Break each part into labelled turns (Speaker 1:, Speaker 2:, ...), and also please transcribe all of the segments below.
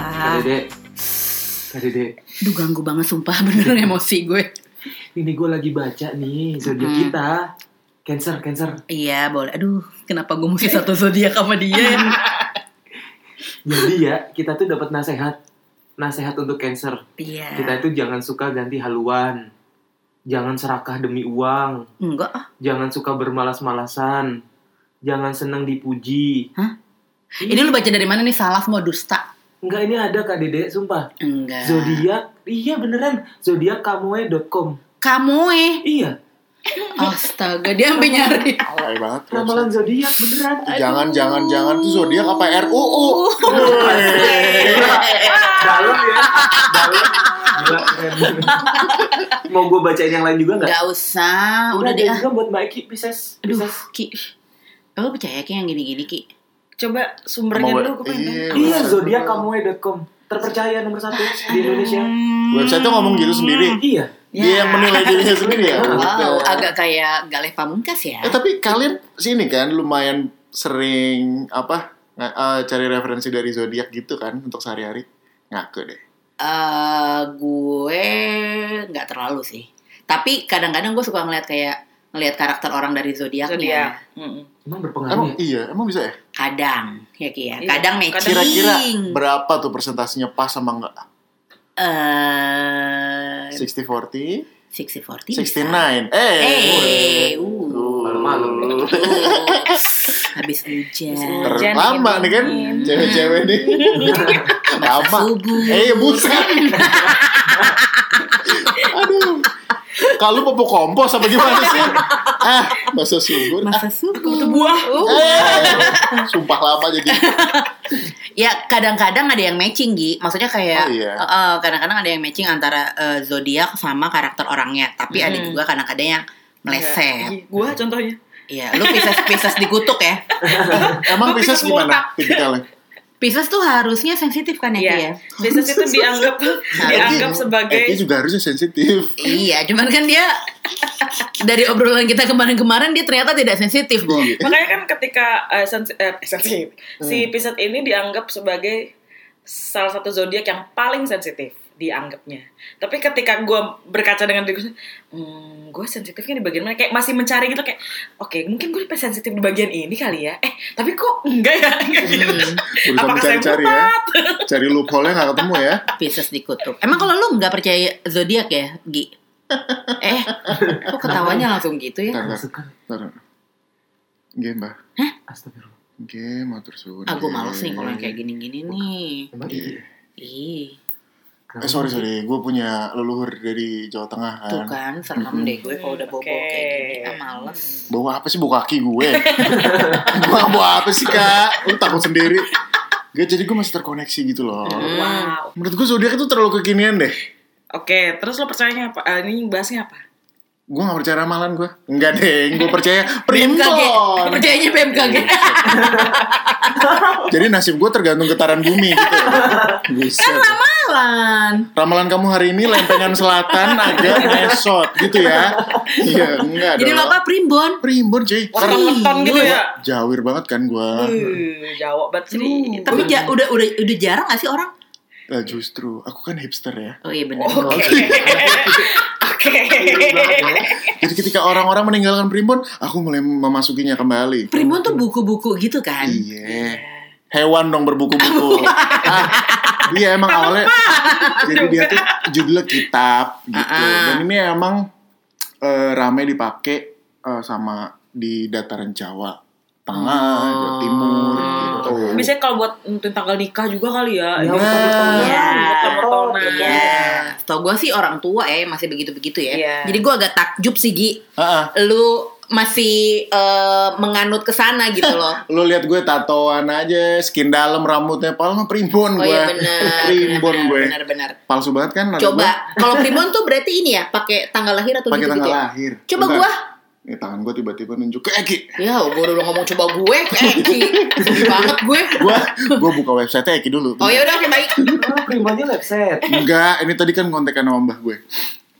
Speaker 1: Ah.
Speaker 2: Tadi dek, tadi dek,
Speaker 1: Duh ganggu banget sumpah bener emosi gue.
Speaker 2: ini gue lagi baca nih zodiak
Speaker 1: Hmm.
Speaker 2: kita, Cancer, Cancer.
Speaker 1: Iya boleh. Aduh kenapa gue mesti satu zodiak sama dia? ya?
Speaker 2: Jadi ya kita tuh dapat nasehat, nasehat untuk Cancer.
Speaker 1: Iya.
Speaker 2: Kita itu jangan suka ganti haluan, jangan serakah demi uang,
Speaker 1: Enggak. ah.
Speaker 2: jangan suka bermalas-malasan, jangan senang dipuji.
Speaker 1: Hah? Ini lu baca dari mana nih salaf mau dusta?
Speaker 2: Enggak ini ada kak Dede, sumpah.
Speaker 1: Enggak.
Speaker 2: Zodiak, iya beneran. Zodiakkamoe.com.
Speaker 1: Kamu eh.
Speaker 2: Iya,
Speaker 1: Astaga dia sampai nyari.
Speaker 3: Alay banget.
Speaker 2: ramalan zodiak beneran.
Speaker 3: Jangan, jangan, jangan. Itu zodiak apa RUU?
Speaker 1: Oh,
Speaker 2: dalam ya dalam Gila, keren. mau gue bacain yang lain juga nggak
Speaker 1: Gak usah. Ya, Udah
Speaker 2: ada
Speaker 1: deh. ah.
Speaker 2: juga buat mbak Eki Pisces
Speaker 1: Aduh
Speaker 2: Pisces
Speaker 1: Ki. Lo percaya Ki yang gini-gini Ki?
Speaker 4: Coba sumbernya
Speaker 3: Mau-
Speaker 4: dulu gue pengen
Speaker 3: iya.
Speaker 1: Ya
Speaker 4: tahu.
Speaker 2: iya zodiakkamoe.com terpercaya nomor satu di Indonesia
Speaker 3: Website tuh ngomong gitu
Speaker 1: Hmm.
Speaker 3: sendiri.
Speaker 2: iya
Speaker 3: Dia yang menilai dirinya sendiri ya.
Speaker 1: Wow,
Speaker 3: Gitu.
Speaker 1: agak kayak Galih Pamungkas ya.
Speaker 3: Eh tapi kalian sini kan lumayan sering apa nga- eh, cari referensi dari zodiak gitu kan untuk sehari-hari ngaku deh.
Speaker 1: Eh, gue nggak terlalu sih. Tapi kadang-kadang gue suka ngeliat kayak ngeliat karakter orang dari zodiaknya.
Speaker 4: Zodiak. Mm-mm.
Speaker 2: emang
Speaker 3: Emang
Speaker 1: Hmm.
Speaker 2: berpengaruh ya
Speaker 3: iya, emang bisa ya.
Speaker 1: Kadang ya Ki ya.
Speaker 4: Iya,
Speaker 1: Kadang matching.
Speaker 4: kadang.
Speaker 3: Kira-kira berapa tuh persentasenya pas sama enggak?
Speaker 1: Eh,
Speaker 3: 60 40,
Speaker 1: 60-40 bisa.
Speaker 3: 69. Eh.
Speaker 1: Eh, uh.
Speaker 2: Malu-malu. Iya.
Speaker 1: Habis hujan.
Speaker 3: Terus
Speaker 4: Hujan
Speaker 3: lama nih kan
Speaker 4: dingin.
Speaker 3: cewek-cewek nih.
Speaker 1: Masa
Speaker 3: lama.
Speaker 1: subuh.
Speaker 3: Eh, buset. Aduh. Kalau pupuk kompos apa gimana sih? Ah, masa subur.
Speaker 1: Masa Uh,
Speaker 4: Itu
Speaker 1: subuh.
Speaker 4: buah.
Speaker 3: Eh, sumpah lama jadi.
Speaker 1: Ya kadang-kadang ada yang matching Gi Maksudnya kayak
Speaker 3: Oh, iya.
Speaker 1: eh, eh, Kadang-kadang ada yang matching antara eh, zodiak sama karakter orangnya Tapi ada
Speaker 4: Hmm.
Speaker 1: juga kadang-kadang yang meleset
Speaker 4: Iya, Gua contohnya.
Speaker 1: Iya, lu Pisces-Pisces dikutuk ya
Speaker 3: Emang
Speaker 4: Gua
Speaker 3: Pisces
Speaker 4: Pisces
Speaker 3: gimana tipikalnya?
Speaker 1: Pisces tuh harusnya sensitif kan ya, Ki, ya?
Speaker 4: Iya. Biasanya itu dianggap dianggap Nah, sebagai
Speaker 3: Eki juga harusnya sensitif.
Speaker 1: Iya, cuman kan dia Dari obrolan kita kemarin-kemarin Dia ternyata tidak sensitif, Bu
Speaker 3: Iya.
Speaker 4: Makanya kan ketika eh, sensi- eh, sensitif, Hmm. si Pisces ini dianggap sebagai salah satu zodiak yang paling sensitif dianggapnya. Tapi ketika gue berkaca dengan diri gue, hmm, gue sensitifnya di bagian mana? Kayak masih mencari gitu kayak, oke mungkin gue sensitif di bagian ini kali ya. Eh tapi kok enggak ya? Enggak gitu.
Speaker 3: Berusaha
Speaker 4: Apakah saya
Speaker 3: mencari-cari ya. Cari loophole-nya gak ketemu
Speaker 1: Iya.
Speaker 3: ya.
Speaker 1: Pisces dikutuk Emang kalau lu nggak percaya zodiak ya, Gi? Eh, kok ketawanya langsung gitu ya?
Speaker 3: Ntar, ntar,
Speaker 2: Masuk kan?
Speaker 3: ntar. Game, Mbak.
Speaker 2: Astagfirullah
Speaker 3: Game, atur suhu.
Speaker 1: Ah, gue males nih kalau yang kayak gini-gini nih
Speaker 2: Emang
Speaker 3: Iya.
Speaker 2: iya?
Speaker 1: Ih,
Speaker 2: Kenapa?
Speaker 3: Eh, sorry, sorry. Gue punya leluhur dari Jawa Tengah
Speaker 1: tuh
Speaker 3: kan. Hmm.
Speaker 1: kan serem deh gue kalau udah bobo kayak gini, ah males.
Speaker 3: Bawa apa sih? Bawa kaki gue. gue gak bawa apa sih, Kak? Lu takut sendiri. Gak, jadi gue masih terkoneksi gitu
Speaker 4: Hmm.
Speaker 3: loh.
Speaker 4: Oh, Wow.
Speaker 3: Menurut gue zodiak itu terlalu kekinian deh.
Speaker 4: Oke, terus lo percayanya apa? Eh, ini bahasnya apa?
Speaker 3: Gue gak percaya ramalan gue. Enggak, deh. Gue percaya
Speaker 1: BMKG,
Speaker 3: primbon. Iya.
Speaker 1: percayanya BMKG.
Speaker 3: Jadi nasib gue tergantung getaran bumi gitu. Bisa.
Speaker 1: Malan.
Speaker 3: Ramalan kamu hari ini lempengan selatan agak mesot gitu ya. Iya, enggak
Speaker 1: Jadi lo
Speaker 3: dong.
Speaker 1: apa primbon?
Speaker 3: Primbon cuy. Karena
Speaker 4: Weton-weton gitu ya?
Speaker 3: jawir banget kan gue.
Speaker 4: Uh, Jawa banget sih. kan-
Speaker 1: Tapi ja- udah udah udah jarang gak sih orang?
Speaker 3: Nah, justru aku kan hipster ya.
Speaker 1: Oh iya benar.
Speaker 4: Oke. Oke.
Speaker 3: Jadi ketika orang-orang meninggalkan primbon, aku mulai memasukinya kembali.
Speaker 1: Primbon tuh buku-buku gitu kan.
Speaker 3: Iya. Hewan dong berbuku-buku. Ah, Iya emang awalnya jadi dia tuh judulnya kitab gitu.
Speaker 1: Ah-ah.
Speaker 3: Dan ini emang eh, ramai dipakai eh, sama di dataran Jawa Tengah, Jawa Timur gitu.
Speaker 4: Biasanya kalau buat nentuin tanggal nikah juga kali ya.
Speaker 2: Ya,
Speaker 4: Ini
Speaker 3: Nah.
Speaker 4: tahun-tahunan,
Speaker 2: Oh,
Speaker 4: buat tahun-tahunan.
Speaker 1: Iya. Tau gue sih orang tua ya yang masih begitu-begitu ya.
Speaker 4: Iya.
Speaker 1: Jadi gue agak takjub sih Gi.
Speaker 3: Ah-ah.
Speaker 1: Lu masih eh, menganut ke sana gitu loh.
Speaker 3: Lu lihat gue tatoan aja, skin dalam rambutnya, padahal mah primbon
Speaker 1: Oh
Speaker 3: gue.
Speaker 1: iya benar.
Speaker 3: primbon gue.
Speaker 1: Benar-benar.
Speaker 3: Palsu banget kan? rambut
Speaker 1: Coba kalau primbon tuh berarti ini ya pakai tanggal lahir atau
Speaker 3: gue? pakai
Speaker 1: gitu
Speaker 3: tanggal
Speaker 1: gitu ya?
Speaker 3: lahir.
Speaker 1: Coba
Speaker 3: Bentar.
Speaker 1: gua.
Speaker 3: Ini tangan gue tiba-tiba nunjuk ke Eki.
Speaker 1: Ya, gue udah ngomong coba gue, Eki. Sedih banget gue.
Speaker 3: Gue gua buka website Eki dulu.
Speaker 1: Oh ya udah oke baik.
Speaker 2: Kenapa primbonnya website
Speaker 3: Enggak, ini tadi kan kontekan sama mbah gue.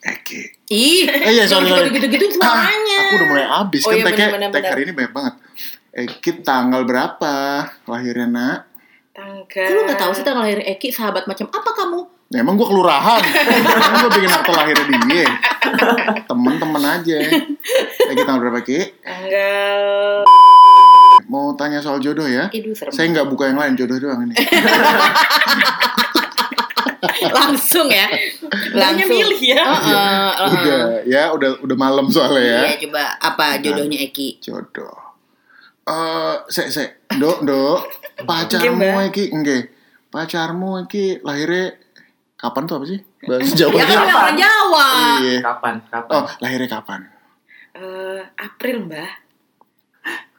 Speaker 3: Eki.
Speaker 1: Ih,
Speaker 3: Eh, iya, sorry, sorry.
Speaker 1: gitu-gitu
Speaker 3: Ah,
Speaker 1: semuanya.
Speaker 3: aku udah mulai habis
Speaker 1: Oh,
Speaker 3: kan
Speaker 1: iya,
Speaker 3: tag
Speaker 1: bener, bener,
Speaker 3: tag hari ini banyak banget. Eki tanggal berapa? Lahirnya nak?
Speaker 4: Tangga.
Speaker 1: Kok lu gak tahu sih tanggal lahir Eki sahabat macam apa kamu?
Speaker 3: Ya, emang gue kelurahan. emang gue bikin akte lahirnya dia. Temen-temen aja. Eki tanggal berapa Ki?
Speaker 4: Tanggal
Speaker 3: Mau tanya soal jodoh ya?
Speaker 1: Aduh serem.
Speaker 3: Saya nggak buka yang lain, jodoh doang ini.
Speaker 1: Langsung ya.
Speaker 4: Banyak
Speaker 1: Langsung.
Speaker 4: milih ya.
Speaker 1: Heeh, heeh.
Speaker 3: udah, ya udah udah malam
Speaker 1: Oh. Iya,
Speaker 3: soalnya ya.
Speaker 1: coba apa jodohnya Eki?
Speaker 3: Jodoh. Eh, sek sek, do do, pacarmu
Speaker 4: Mbak.
Speaker 1: ya?
Speaker 3: Eki, enggak. Pacarmu Eki lahirnya kapan tuh apa sih? Bahasa Jawa.
Speaker 1: Ya kan udah orang Jawa.
Speaker 3: Oh, Iya.
Speaker 2: Kapan? Kapan?
Speaker 3: Oh, lahirnya kapan?
Speaker 4: eh, April Mbak.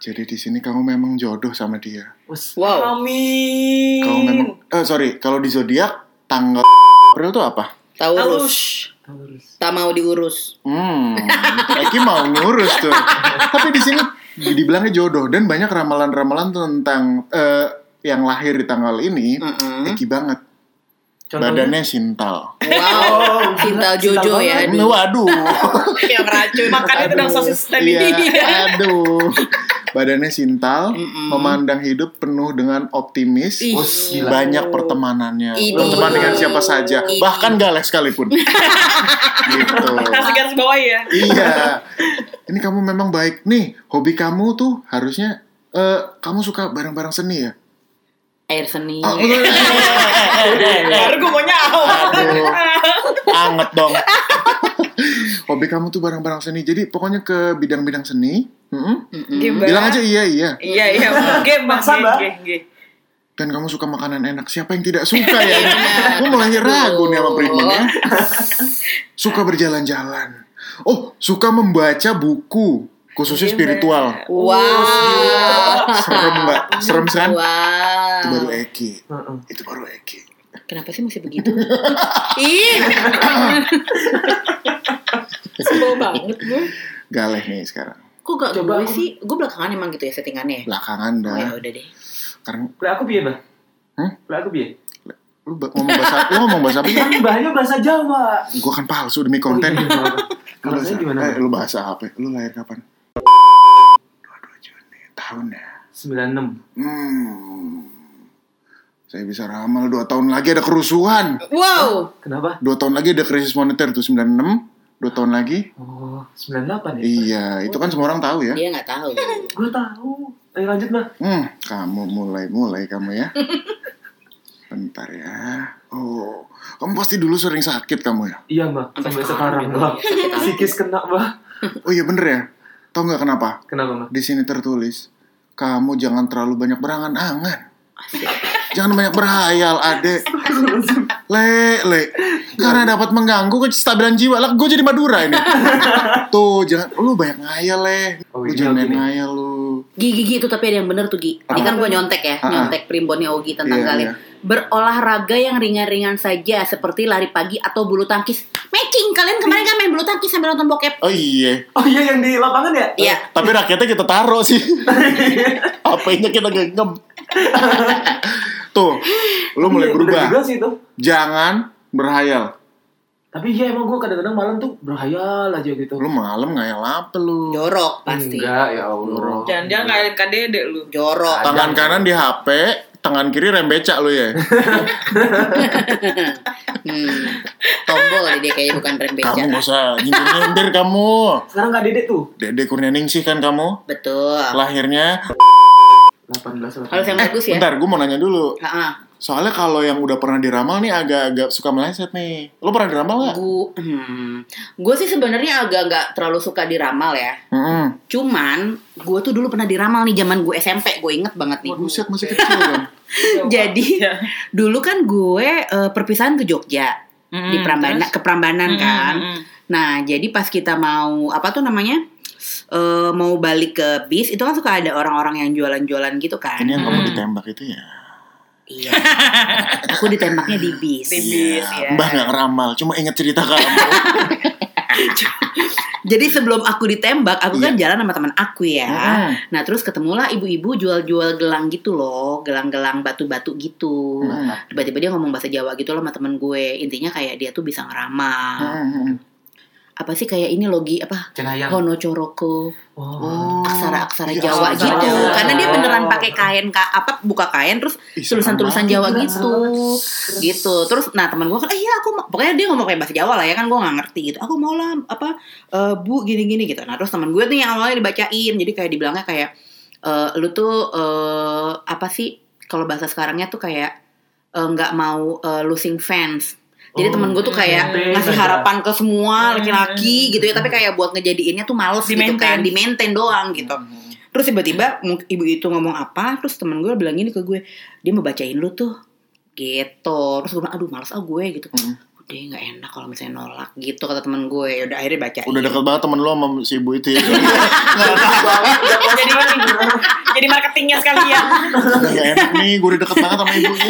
Speaker 3: Jadi di sini kamu memang jodoh sama dia.
Speaker 2: Wes.
Speaker 4: Oh.
Speaker 1: Wow.
Speaker 4: Amin.
Speaker 3: Kalau memang eh sorry, kalau di zodiak tanggal April tuh apa?
Speaker 1: Tahu urus.
Speaker 4: Halus.
Speaker 2: Terus.
Speaker 1: Tak mau diurus.
Speaker 3: Hmm, Eki mau ngurus tuh. Tapi di sini dibilangnya jodoh dan banyak ramalan-ramalan tentang eh, yang lahir di tanggal ini
Speaker 1: Heeh.
Speaker 3: Eki banget.
Speaker 2: Contohnya?
Speaker 3: Badannya sintal.
Speaker 1: Wow.
Speaker 2: Oh,
Speaker 1: Cinta
Speaker 2: cinta
Speaker 1: Jojo ya.
Speaker 3: Hmm, Waduh.
Speaker 1: Yang racun.
Speaker 4: Makannya
Speaker 2: Aduh.
Speaker 4: pedang sosis tadi.
Speaker 3: Iya, aduh. Badannya sintal,
Speaker 1: Mm-mm.
Speaker 3: memandang hidup penuh dengan optimis.
Speaker 1: Ih.
Speaker 2: Wes, gila.
Speaker 3: banyak pertemanannya
Speaker 1: Ini.
Speaker 3: berteman dengan siapa saja
Speaker 1: Ini.
Speaker 3: bahkan galak sekalipun gitu
Speaker 4: Kasih garis bawah ya.
Speaker 3: iya ini kamu memang baik nih hobi kamu tuh harusnya eh, kamu suka barang-barang seni ya
Speaker 1: Air seni.
Speaker 3: Ah, eh, eh,
Speaker 4: Baru gue mau nyawa.
Speaker 3: aduh anget dong hobi kamu tuh barang-barang seni jadi pokoknya ke bidang-bidang seni Mm-mm.
Speaker 1: Mm-mm.
Speaker 4: Gimana?
Speaker 3: bilang aja iya iya
Speaker 4: Iya iya. Oke Mbak.
Speaker 2: Maksa, Mbak.
Speaker 4: Oke, oke.
Speaker 3: dan kamu suka makanan enak siapa yang tidak suka ya
Speaker 1: Benar.
Speaker 3: gue mulai ragu nih sama Priman ya
Speaker 1: Oh.
Speaker 3: suka berjalan-jalan oh suka membaca buku khususnya
Speaker 4: Iya,
Speaker 3: spiritual
Speaker 1: Wow.
Speaker 3: serem mbak serem kan
Speaker 1: Iya,
Speaker 3: itu baru
Speaker 1: Wow.
Speaker 3: Eki
Speaker 2: Heeh.
Speaker 3: itu baru Eki
Speaker 1: Kenapa sih masih begitu? Ih. Sebel banget gue.
Speaker 3: galeh nih sekarang
Speaker 1: Kok gak
Speaker 2: Coba
Speaker 1: gue
Speaker 2: aku-
Speaker 1: sih? Gue belakangan emang gitu ya settingannya ya?
Speaker 3: belakangan
Speaker 1: Oh ya
Speaker 2: iya.
Speaker 3: dah
Speaker 1: udah deh.
Speaker 3: karena
Speaker 2: Lah aku piye, Mbak?
Speaker 3: Hmm?
Speaker 2: Lah aku piye?
Speaker 3: lu ba- ngomong bahasa lu ngomong bahasa apa
Speaker 2: Kan mbahnya bahasa Jawa.
Speaker 3: gue kan palsu demi konten
Speaker 2: Oh, iya, Mbak.
Speaker 3: lu
Speaker 2: Kalau
Speaker 3: bahasa,
Speaker 2: saya gimana?
Speaker 3: eh, lu bahasa apa lu lahir kapan 22 Juni tahun ya
Speaker 2: 96.
Speaker 3: Hmm. Saya bisa ramal dua tahun lagi ada kerusuhan.
Speaker 1: Wow.
Speaker 2: Kenapa?
Speaker 3: Dua tahun lagi ada krisis moneter tuh 96. Dua tahun lagi.
Speaker 2: Oh, 98 ya?
Speaker 3: Iya, itu kan semua orang tahu ya.
Speaker 1: Dia gak tahu.
Speaker 2: Gue tahu. Ayo lanjut, Mbak.
Speaker 3: Hmm, kamu mulai mulai kamu ya. Bentar ya. Oh, kamu pasti dulu sering sakit kamu ya.
Speaker 2: Iya, Mbak.
Speaker 1: Sampai
Speaker 2: Sampai
Speaker 1: sekarang,
Speaker 2: sekarang, Mbak. Psikis kena, Mbak.
Speaker 3: Oh iya bener ya. Tahu nggak kenapa?
Speaker 2: Kenapa, Mbak?
Speaker 3: Di sini tertulis kamu jangan terlalu banyak berangan-angan. Jangan banyak berhayal, adek. Le, le. Karena dapat mengganggu kestabilan jiwa. Lah, gue jadi Madura ini. Tuh, jangan. Lu banyak ngayal, le.
Speaker 2: Oh,
Speaker 3: lu
Speaker 2: iya,
Speaker 3: jangan main
Speaker 2: gini.
Speaker 3: ngayal, lu.
Speaker 1: Gigi-gigi itu tapi ada yang bener tuh Gi. Ini
Speaker 3: Apa?
Speaker 1: kan gue nyontek ya,
Speaker 3: Ah, ah.
Speaker 1: nyontek primbonnya Ogi tentang
Speaker 3: Iya,
Speaker 1: kali.
Speaker 3: iya.
Speaker 1: Berolahraga yang ringan-ringan saja seperti lari pagi atau bulu tangkis. Matching kalian kemarin kan main bulu tangkis sambil nonton bokep.
Speaker 3: Oh iya.
Speaker 2: Oh iya, yang di lapangan ya?
Speaker 1: Iya.
Speaker 3: Tapi rakyatnya kita taruh sih. Apanya kita genggam. Tuh, lu mulai
Speaker 2: Iya, Bener
Speaker 3: berubah.
Speaker 2: juga sih itu.
Speaker 3: Jangan berhayal.
Speaker 2: Tapi iya, emang gue kadang-kadang malam tuh berhayal aja gitu.
Speaker 3: Lu malam ngayal apa lu?
Speaker 1: Jorok pasti.
Speaker 2: Enggak, ya Allah.
Speaker 4: Jangan-jangan ngairin KDD lu.
Speaker 1: Jorok.
Speaker 3: Tangan kanan di HP, tangan kiri rem becak lu ya.
Speaker 1: Hmm. Tombol deh dia kayaknya bukan rem beca.
Speaker 3: Kamu gak usah nyindir-nyindir kamu.
Speaker 2: Sekarang Kak Dedek tuh.
Speaker 3: Dede Kurnianingsih kan kamu?
Speaker 1: Betul.
Speaker 3: Lahirnya.
Speaker 2: 18.
Speaker 1: Harus yang bagus ya.
Speaker 3: Bentar, gue mau nanya dulu.
Speaker 1: Heeh.
Speaker 3: Soalnya kalau yang udah pernah diramal nih agak-agak suka meleset nih. Lu pernah diramal gak?
Speaker 1: Gue hmm. Gue sih sebenarnya agak nggak terlalu suka diramal ya.
Speaker 3: Heeh.
Speaker 1: Cuman gue tuh dulu pernah diramal nih zaman gue SMP, gue inget banget nih.
Speaker 3: Buset masih kecil kan.
Speaker 1: Jadi
Speaker 3: Iya.
Speaker 1: dulu kan gue eh, perpisahan ke Jogja
Speaker 3: Hmm,
Speaker 1: di Prambanan ke Prambanan kan. Nah, jadi pas kita mau apa tuh namanya? eh, mau balik ke bis itu kan suka ada orang-orang yang jualan-jualan gitu kan.
Speaker 3: Ini yang kamu
Speaker 4: Hmm.
Speaker 3: ditembak itu ya.
Speaker 1: Iya. Aku ditembaknya di bis.
Speaker 4: Di bis,
Speaker 3: Iya.
Speaker 4: ya.
Speaker 3: Mbah gak ngeramal, cuma inget cerita kamu.
Speaker 1: Jadi sebelum aku ditembak, aku kan jalan sama teman aku ya.
Speaker 3: Heeh.
Speaker 1: Nah, terus ketemulah ibu-ibu jual-jual gelang gitu loh, gelang-gelang batu-batu gitu.
Speaker 3: Heeh.
Speaker 1: Tiba-tiba dia ngomong bahasa Jawa gitu loh sama temen gue. Intinya kayak dia tuh bisa ngeramal.
Speaker 3: Heeh.
Speaker 1: apa sih kayak ini logi apa
Speaker 2: Cenayang.
Speaker 1: Hono Coroko
Speaker 2: Oh.
Speaker 1: aksara-aksara
Speaker 3: Iya,
Speaker 1: Jawa
Speaker 3: aksara-aksara
Speaker 1: gitu
Speaker 3: Jawa.
Speaker 1: karena dia beneran pakai kain ka- apa buka kain terus
Speaker 3: Ih,
Speaker 1: tulisan-tulisan
Speaker 3: serem
Speaker 1: Jawa
Speaker 3: banget.
Speaker 1: gitu gitu terus nah teman gue kan eh iya aku mau- pokoknya dia ngomong kayak bahasa Jawa lah ya kan gue nggak ngerti gitu aku mau lah apa eh, bu gini-gini gitu nah terus teman gue tuh yang awalnya dibacain jadi kayak dibilangnya kayak eh, lu tuh eh, apa sih kalau bahasa sekarangnya tuh kayak eh, nggak mau eh, losing fans jadi
Speaker 2: Oh.
Speaker 1: temen gue tuh kayak
Speaker 2: Hmm.
Speaker 1: ngasih
Speaker 2: Saja.
Speaker 1: harapan ke semua laki-laki
Speaker 4: Hmm.
Speaker 1: gitu ya tapi kayak buat ngejadiinnya tuh males gitu kan
Speaker 4: Di-maintain.
Speaker 1: di maintain doang gitu terus tiba-tiba mu- ibu itu ngomong apa terus temen gue bilang gini ke gue dia mau bacain lu tuh gitu terus gue bilang aduh males ah gue gitu
Speaker 3: Hmm.
Speaker 1: udah nggak enak kalau misalnya nolak gitu kata temen gue ya udah akhirnya bacain
Speaker 3: Udah deket banget temen lo sama si ibu itu ya.
Speaker 4: jadi jadi marketingnya sekalian
Speaker 3: Udah gak enak nih, gue udah deket banget sama ibunya.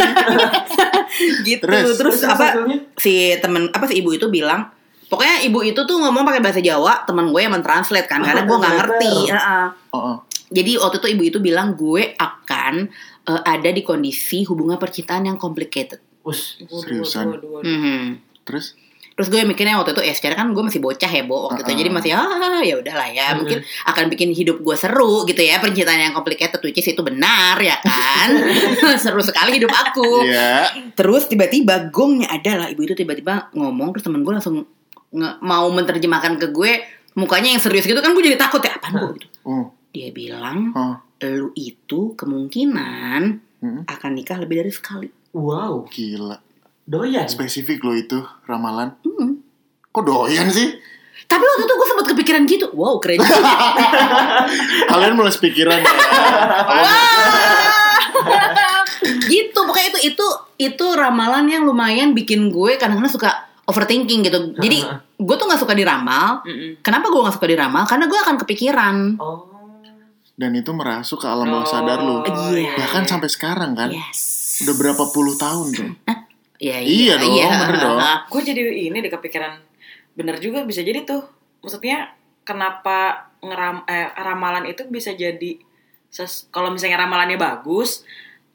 Speaker 1: gitu
Speaker 3: Terus?
Speaker 1: terus, apa
Speaker 2: hasilnya?
Speaker 1: si temen apa si ibu itu bilang pokoknya ibu itu tuh ngomong pakai bahasa Jawa temen gue yang mentranslate kan karena gue nggak ngerti Heeh.
Speaker 3: Oh, oh.
Speaker 1: Jadi waktu itu ibu itu bilang gue akan eh, ada di kondisi hubungan percintaan yang complicated.
Speaker 2: Us.
Speaker 3: Seriusan?
Speaker 1: Mhm.
Speaker 3: Terus?
Speaker 1: Terus gue mikirnya waktu itu ya secara kan gue masih bocah ya bo waktu
Speaker 3: Uh-uh.
Speaker 1: itu jadi masih ah ya udahlah ya mungkin akan bikin hidup gue seru gitu ya percintaan yang complicated which is itu benar ya kan seru sekali hidup aku.
Speaker 3: Iya.
Speaker 1: Terus tiba-tiba gongnya adalah ibu itu tiba-tiba ngomong terus temen gue langsung nge- mau menerjemahkan ke gue mukanya yang serius gitu kan gue jadi takut ya apaan bu?
Speaker 3: Oh,
Speaker 1: Dia bilang
Speaker 3: oh.
Speaker 1: lu itu kemungkinan
Speaker 3: Mm-mm.
Speaker 1: akan nikah lebih dari sekali.
Speaker 2: Wow.
Speaker 3: hmm. Gila.
Speaker 2: Doyan.
Speaker 3: Spesifik lo itu ramalan.
Speaker 1: Hmm.
Speaker 3: Kok doyan sih?
Speaker 1: Tapi waktu itu gue sempat kepikiran gitu, wow keren juga.
Speaker 3: Kalian mulai pikiran ya.
Speaker 1: gitu, pokoknya itu itu itu ramalan yang lumayan bikin gue kadang-kadang suka overthinking gitu. Jadi gue tuh nggak suka diramal. Kenapa gue nggak suka diramal? Karena gue akan kepikiran.
Speaker 2: Oh.
Speaker 3: Dan itu merasuk ke alam
Speaker 4: Oh,
Speaker 3: bawah sadar lo.
Speaker 1: Iya.
Speaker 3: Bahkan sampai sekarang kan.
Speaker 1: Yes.
Speaker 3: Udah berapa puluh tahun tuh.
Speaker 1: Iya,
Speaker 3: Iya dong, bener dong.
Speaker 4: gue Nah, jadi ini deh kepikiran bener juga bisa jadi tuh maksudnya kenapa ngeram eh, ramalan itu bisa jadi ses- kalau misalnya ramalannya bagus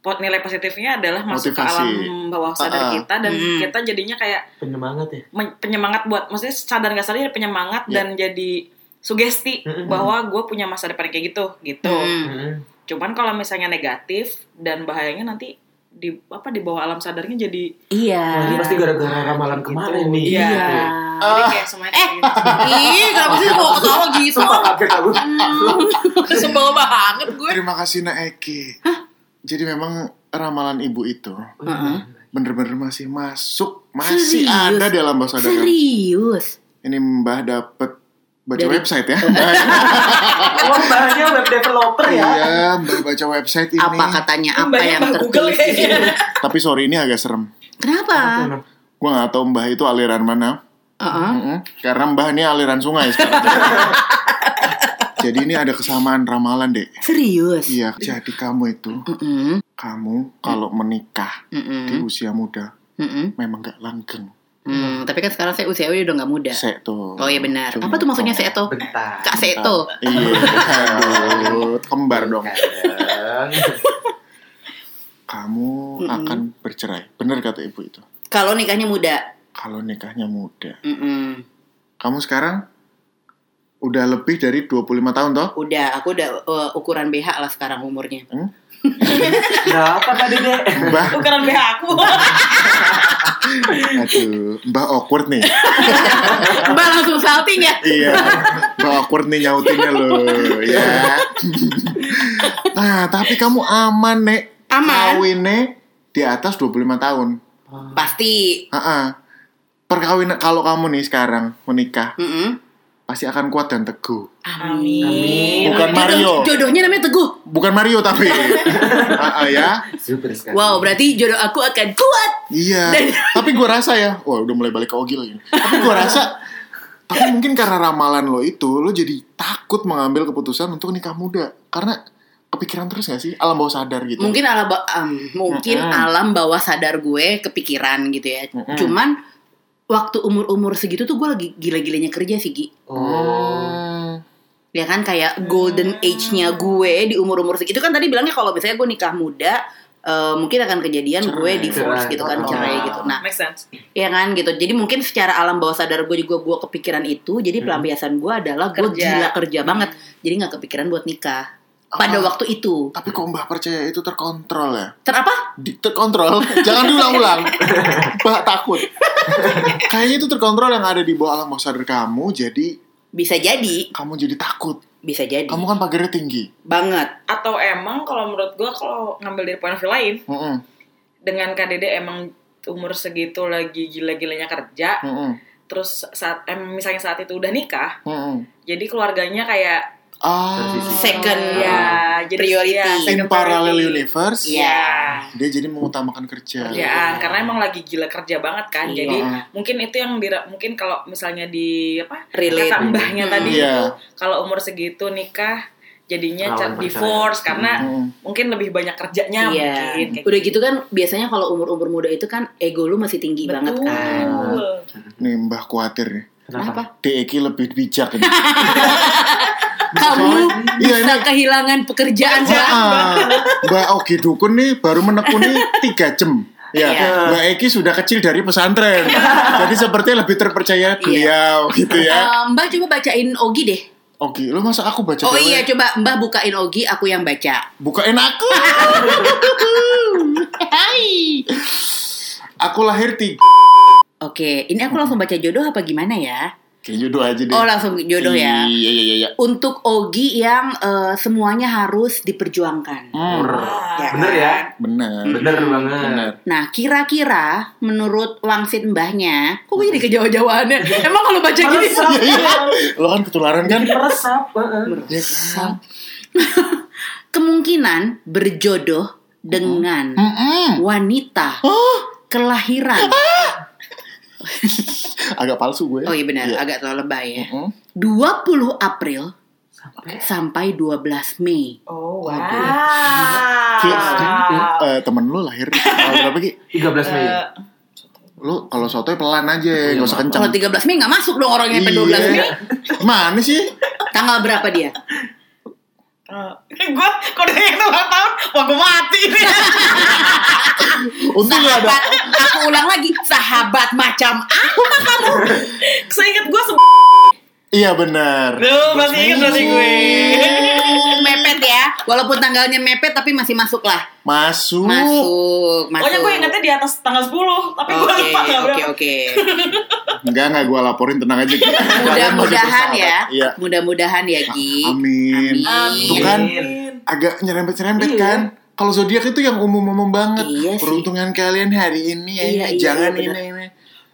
Speaker 4: pot nilai positifnya adalah masuk ke
Speaker 3: Motivasi.
Speaker 4: alam bawah sadar
Speaker 3: Ah, ah.
Speaker 4: kita dan
Speaker 1: Hmm.
Speaker 4: kita jadinya kayak
Speaker 2: Penyemangat ya.
Speaker 4: men- penyemangat buat maksudnya sadar nggak sadar jadi penyemangat
Speaker 3: Ya.
Speaker 4: dan jadi sugesti
Speaker 2: Mm-mm.
Speaker 4: bahwa gue punya masa depan kayak gitu gitu
Speaker 3: Iya.
Speaker 1: Hmm.
Speaker 2: Mm-mm.
Speaker 4: cuman kalau misalnya negatif dan bahayanya nanti di apa di bawah alam sadarnya jadi
Speaker 1: Iya.
Speaker 2: Wah, ini pasti gara-gara ramalan kemarin nih.
Speaker 4: Iya.
Speaker 2: Gitu.
Speaker 4: jadi kayak semuanya
Speaker 1: Eh.
Speaker 4: kayak gitu.
Speaker 1: Ih, kenapa sih gue ketawa gitu?
Speaker 2: Sumpah kaget aku.
Speaker 1: Sebel banget gue.
Speaker 3: Terima kasih Na Eki. Jadi memang ramalan ibu itu
Speaker 1: Heeh.
Speaker 3: bener-bener masih masuk, masih
Speaker 1: Serius?
Speaker 3: ada kan? di alam bawah sadar. kamu.
Speaker 1: Serius.
Speaker 3: Ini Mbah dapet baca
Speaker 1: Dari-
Speaker 3: website ya.
Speaker 2: Wah, bahannya web developer ya.
Speaker 3: iya, Mbah baca website ini.
Speaker 1: Oh, apa katanya apa
Speaker 4: Banyak
Speaker 1: yang
Speaker 4: Mbah Google ya.
Speaker 1: tertulis gitu, di
Speaker 4: kayaknya.
Speaker 1: sini?
Speaker 3: Tapi sorry ini agak serem.
Speaker 1: Kenapa?
Speaker 3: Gua nggak tahu Mbah itu aliran mana.
Speaker 1: Heeh.
Speaker 3: Mm-mm. Karena Mbah ini aliran sungai sekarang. Jadi ini ada kesamaan ramalan, Dek.
Speaker 1: Serius?
Speaker 3: Iya, jadi kamu itu,
Speaker 1: Mm-mm,
Speaker 3: kamu kalau
Speaker 1: Hmm.
Speaker 3: menikah
Speaker 1: mm-mm,
Speaker 3: di usia muda
Speaker 1: mm-mm,
Speaker 3: memang gak langgeng. Iya.
Speaker 1: mm. Tapi kan sekarang saya usia udah nggak muda.
Speaker 3: Sek tuh.
Speaker 1: Oh iya benar.
Speaker 3: Cuma
Speaker 1: Apa tuh maksudnya Ah,
Speaker 3: kok-
Speaker 1: saya tuh?
Speaker 2: Bentar.
Speaker 1: Kak Seto.
Speaker 3: Iya. aduh, Kembar dong.
Speaker 2: Kadang.
Speaker 3: Kamu akan bercerai. Bener kata ibu itu.
Speaker 1: Kalau nikahnya muda.
Speaker 3: Kalau nikahnya muda.
Speaker 1: Mm-mm.
Speaker 3: Kamu sekarang udah lebih dari 25 tahun toh?
Speaker 1: Udah, aku udah uh, ukuran BH lah sekarang umurnya.
Speaker 2: Berapa tadi deh?
Speaker 3: Mbah,
Speaker 4: ukuran BH aku
Speaker 3: aduh, Mbah awkward nih.
Speaker 1: Mbak langsung salting ya.
Speaker 3: Iya. Mbak awkward nih nyautinnya loh, ya. nah, tapi kamu aman, Nek.
Speaker 1: Aman.
Speaker 3: Kawinnya di atas 25 tahun.
Speaker 1: Pasti.
Speaker 3: Heeh. Perkawinan kalau kamu nih sekarang menikah
Speaker 1: Mm-mm.
Speaker 3: pasti akan kuat dan teguh.
Speaker 2: Amin.
Speaker 3: Bukan
Speaker 1: Jodoh,
Speaker 3: Mario.
Speaker 1: jodohnya namanya Teguh.
Speaker 3: Bukan Mario tapi. Heeh ya.
Speaker 2: Super sekali.
Speaker 1: Wow, berarti jodoh aku akan kuat.
Speaker 3: Iya. tapi gue rasa ya, wah udah mulai balik ke Ogi lagi. Tapi gue rasa tapi mungkin karena ramalan lo itu, lo jadi takut mengambil keputusan untuk nikah muda. Karena kepikiran terus gak sih? Alam bawah sadar gitu.
Speaker 1: mungkin alam ba- em, mungkin
Speaker 3: Mm-mm.
Speaker 1: alam bawah sadar gue kepikiran gitu ya
Speaker 3: Mm-mm.
Speaker 1: cuman waktu umur umur segitu tuh gue lagi gila-gilanya kerja sih Gi
Speaker 2: Oh.
Speaker 1: ya kan kayak golden age-nya gue di umur umur segitu kan tadi bilangnya kalau misalnya gue nikah muda eh, mungkin akan kejadian gue
Speaker 3: Cerai.
Speaker 1: divorce
Speaker 2: Cerai.
Speaker 1: gitu kan cerai
Speaker 3: Oh.
Speaker 1: gitu. Nah,
Speaker 4: make sense.
Speaker 1: ya kan gitu. Jadi mungkin secara alam bawah sadar gue juga gue kepikiran itu. Jadi pelampiasan gue adalah gue
Speaker 4: Kerja.
Speaker 1: gila kerja banget. Jadi nggak kepikiran buat nikah. Pada
Speaker 3: Ah.
Speaker 1: waktu itu.
Speaker 3: Tapi kok Mbah percaya itu terkontrol ya?
Speaker 1: Terapa?
Speaker 3: Di- terkontrol? Jangan diulang-ulang. Mbah takut. Kayaknya itu terkontrol yang ada di bawah alam bawah sadar kamu, jadi
Speaker 1: Bisa jadi,
Speaker 3: kamu jadi takut.
Speaker 1: bisa jadi.
Speaker 3: Kamu kan pagarnya tinggi.
Speaker 1: Banget.
Speaker 4: Atau emang kalau menurut gue kalau ngambil dari point of view lain
Speaker 3: Mm-mm,
Speaker 4: dengan KDD emang umur segitu lagi gila-gilanya kerja,
Speaker 3: mm-mm,
Speaker 4: terus saat em, misalnya saat itu udah nikah,
Speaker 3: mm-mm.
Speaker 4: jadi keluarganya kayak
Speaker 3: Ah,
Speaker 2: Tersisih.
Speaker 1: Second
Speaker 4: ya jadi
Speaker 1: priority.
Speaker 4: ya,
Speaker 3: in
Speaker 4: second
Speaker 3: parallel
Speaker 4: priority.
Speaker 3: universe,
Speaker 1: Iya.
Speaker 4: Ya.
Speaker 3: dia jadi mengutamakan kerja.
Speaker 4: Kerjaan, Ya, karena emang lagi gila kerja banget kan,
Speaker 1: Iya.
Speaker 4: jadi mungkin itu yang dira- mungkin kalau misalnya di apa
Speaker 1: Relate.
Speaker 4: kata mbahnya
Speaker 1: Hmm.
Speaker 4: tadi
Speaker 3: Iya.
Speaker 4: itu kalau umur segitu nikah jadinya
Speaker 2: Rawan
Speaker 4: cat
Speaker 2: perceraian.
Speaker 4: divorce karena
Speaker 2: Hmm.
Speaker 3: Mm-mm.
Speaker 4: mungkin lebih banyak kerjanya
Speaker 1: Iya.
Speaker 4: mungkin kayak
Speaker 1: Udah gitu kan biasanya kalau umur-umur muda itu kan ego lu masih tinggi
Speaker 4: gitu. Betul.
Speaker 1: banget kan.
Speaker 3: Nih Mbah khawatir nih.
Speaker 1: Kenapa?
Speaker 3: Deki lebih bijak ini.
Speaker 1: Kamu
Speaker 3: Soalnya- iya,
Speaker 1: bisa
Speaker 3: ini-
Speaker 1: kehilangan pekerjaan Kan Mbak.
Speaker 3: Ah, Mbak Oki Dukun nih baru menekuni tiga jam. Ya,
Speaker 1: Iya.
Speaker 3: Mbak Eki sudah kecil dari pesantren. Jadi seperti lebih
Speaker 1: Iya.
Speaker 3: terpercaya beliau gitu ya.
Speaker 1: Eh, Mbak coba bacain Ogi deh.
Speaker 3: Oki, lu masa aku baca
Speaker 1: Oh
Speaker 3: dulu
Speaker 1: iya
Speaker 3: ya?
Speaker 1: coba Mbah bukain Ogi aku yang baca.
Speaker 3: Bukain aku.
Speaker 1: Hai.
Speaker 3: aku lahir tiga.
Speaker 1: Oke, ini aku langsung baca jodoh apa gimana ya?
Speaker 3: Kayak jodoh aja deh.
Speaker 1: Oh langsung jodoh ya.
Speaker 3: Iya iya iya. iya.
Speaker 1: Untuk Ogi yang eh, semuanya harus diperjuangkan.
Speaker 3: Hmm,
Speaker 1: Ya.
Speaker 2: Bener ya?
Speaker 1: Hmm.
Speaker 3: bener.
Speaker 2: Bener banget.
Speaker 3: Bener.
Speaker 1: Nah, kira-kira menurut wangsit mbahnya, kok gue jadi kejauh-jauhannya? Emang kalau baca gini?
Speaker 2: Meresap.
Speaker 3: Lo kan ketularan kan?
Speaker 2: Meresap. heeh.
Speaker 3: Ya kan?
Speaker 1: Kemungkinan berjodoh dengan
Speaker 3: Mm-mm. Oh. Ah.
Speaker 1: wanita kelahiran.
Speaker 3: Agak palsu gue.
Speaker 1: Oh iya benar,
Speaker 3: Iya.
Speaker 1: agak terlalu lebay ya.
Speaker 3: Mm-mm.
Speaker 1: 20 April sampai 12 Mei.
Speaker 4: oh wow
Speaker 3: Ki, eh, temen lu lahir tanggal berapa Ki?
Speaker 2: 13 Mei.
Speaker 4: Eh,
Speaker 3: Lu kalau sotoy pelan aja,
Speaker 4: Iya,
Speaker 3: nggak usah kencang.
Speaker 1: Kalau 13 Mei nggak masuk dong orangnya Oh, sampai 12 Mei.
Speaker 3: Iya. Mana sih?
Speaker 1: Tanggal berapa dia?
Speaker 4: eh, gue kalau dia itu ulang tahun wah gue mati nih
Speaker 3: Untung nggak ada.
Speaker 1: Sahabat, aku ulang lagi, sahabat macam apa?
Speaker 4: seingat gue se
Speaker 3: Iya benar.
Speaker 4: Duh, masih ingat berarti gue
Speaker 1: Mepet ya, walaupun tanggalnya mepet tapi masih masuk lah.
Speaker 3: Masuk.
Speaker 1: Masuk, masuk.
Speaker 4: pokoknya gue ingetnya di atas tanggal 10 tapi gue
Speaker 1: Oke,
Speaker 4: lupa nggak
Speaker 1: oke,
Speaker 4: berapa
Speaker 1: oke.
Speaker 3: Enggak enggak gue laporin tenang aja. Ki. Kalian masih
Speaker 1: Mudah-mudahan
Speaker 3: bersahabat.
Speaker 1: ya,
Speaker 3: Iya.
Speaker 1: mudah-mudahan ya Gi.
Speaker 3: Amin.
Speaker 1: Amin.
Speaker 3: Tuh kan
Speaker 2: Iya.
Speaker 4: Amin.
Speaker 3: agak nyerempet-nyerempet kan. Kalau zodiak itu yang umum-umum banget.
Speaker 1: Iya sih.
Speaker 3: Peruntungan kalian hari ini ya,
Speaker 1: Iya, iya,
Speaker 3: jangan
Speaker 1: iya,
Speaker 3: ini ini.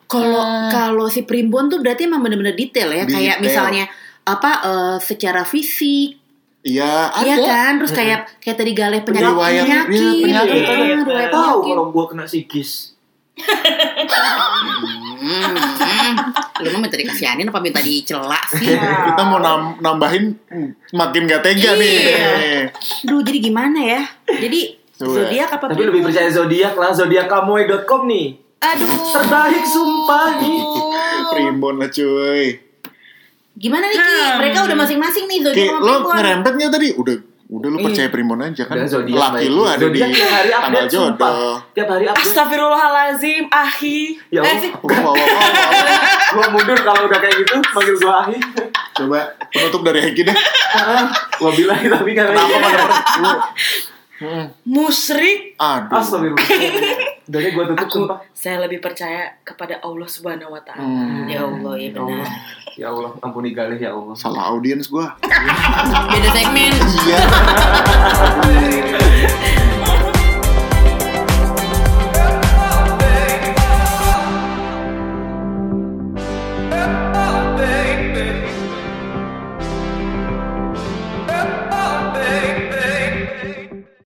Speaker 1: Kalau
Speaker 3: Ah.
Speaker 1: kalau si primbon tuh berarti emang bener-bener detail ya, kayak
Speaker 3: Detail.
Speaker 1: misalnya apa eh, secara fisik
Speaker 3: Iya, ada.
Speaker 1: Iya kan, terus kayak kayak tadi galeh penyakit
Speaker 3: Riwayat-
Speaker 1: penyakit,
Speaker 3: iya, penyakit.
Speaker 1: Iya, riwayat
Speaker 2: Tahu
Speaker 1: penyakit.
Speaker 2: kalau gua kena sigis.
Speaker 1: Hmm, hmm. Lu mau minta dikasihanin apa minta dicela sih?
Speaker 3: Kita mau nam- nambahin makin gak tega nih.
Speaker 1: Iya. Duh, jadi gimana ya? Jadi
Speaker 3: Coba.
Speaker 1: zodiak apa?
Speaker 2: Tapi lebih percaya zodiak lah zodiakkamoy.com nih.
Speaker 1: Aduh,
Speaker 2: Terbaik sumpah nih.
Speaker 3: Primbon lah cuy.
Speaker 1: gimana nih Ki? Mereka udah masing-masing nih zodiak
Speaker 3: Ki,
Speaker 1: sama
Speaker 3: lo
Speaker 1: Primbon.
Speaker 3: ngerempet nggak tadi? Udah udah lu percaya primbon aja
Speaker 2: Iya.
Speaker 3: kan?
Speaker 2: Udah, zodiak
Speaker 3: Laki
Speaker 2: baik.
Speaker 3: lu ada di
Speaker 2: Zodiak tiap hari
Speaker 3: tanggal
Speaker 2: update, sumpah.
Speaker 3: jodoh.
Speaker 2: Tiap hari update.
Speaker 4: Astagfirullahalazim ahi
Speaker 2: Ya
Speaker 1: Eh,
Speaker 2: Allah.
Speaker 1: sih.
Speaker 3: Wah, wah, wah, wah, wah.
Speaker 2: gua mundur kalau udah kayak gitu panggil gua ahi.
Speaker 3: Coba penutup dari Hegi deh.
Speaker 2: Heeh. Wabillahi tapi gitu. karena
Speaker 3: Kenapa pada orang lu?
Speaker 4: musyrik
Speaker 3: Aduh.
Speaker 2: Astagfirullah. Dari gua tutup
Speaker 4: aku
Speaker 2: sumpah.
Speaker 4: saya lebih percaya kepada Allah Subhanahu wa taala
Speaker 3: Hmm,
Speaker 1: Ya Allah, ya
Speaker 2: Ya Allah.
Speaker 1: benar.
Speaker 2: Ya Allah, ampuni galih ya Allah.
Speaker 3: salah audiens gua.
Speaker 1: Beda segmen.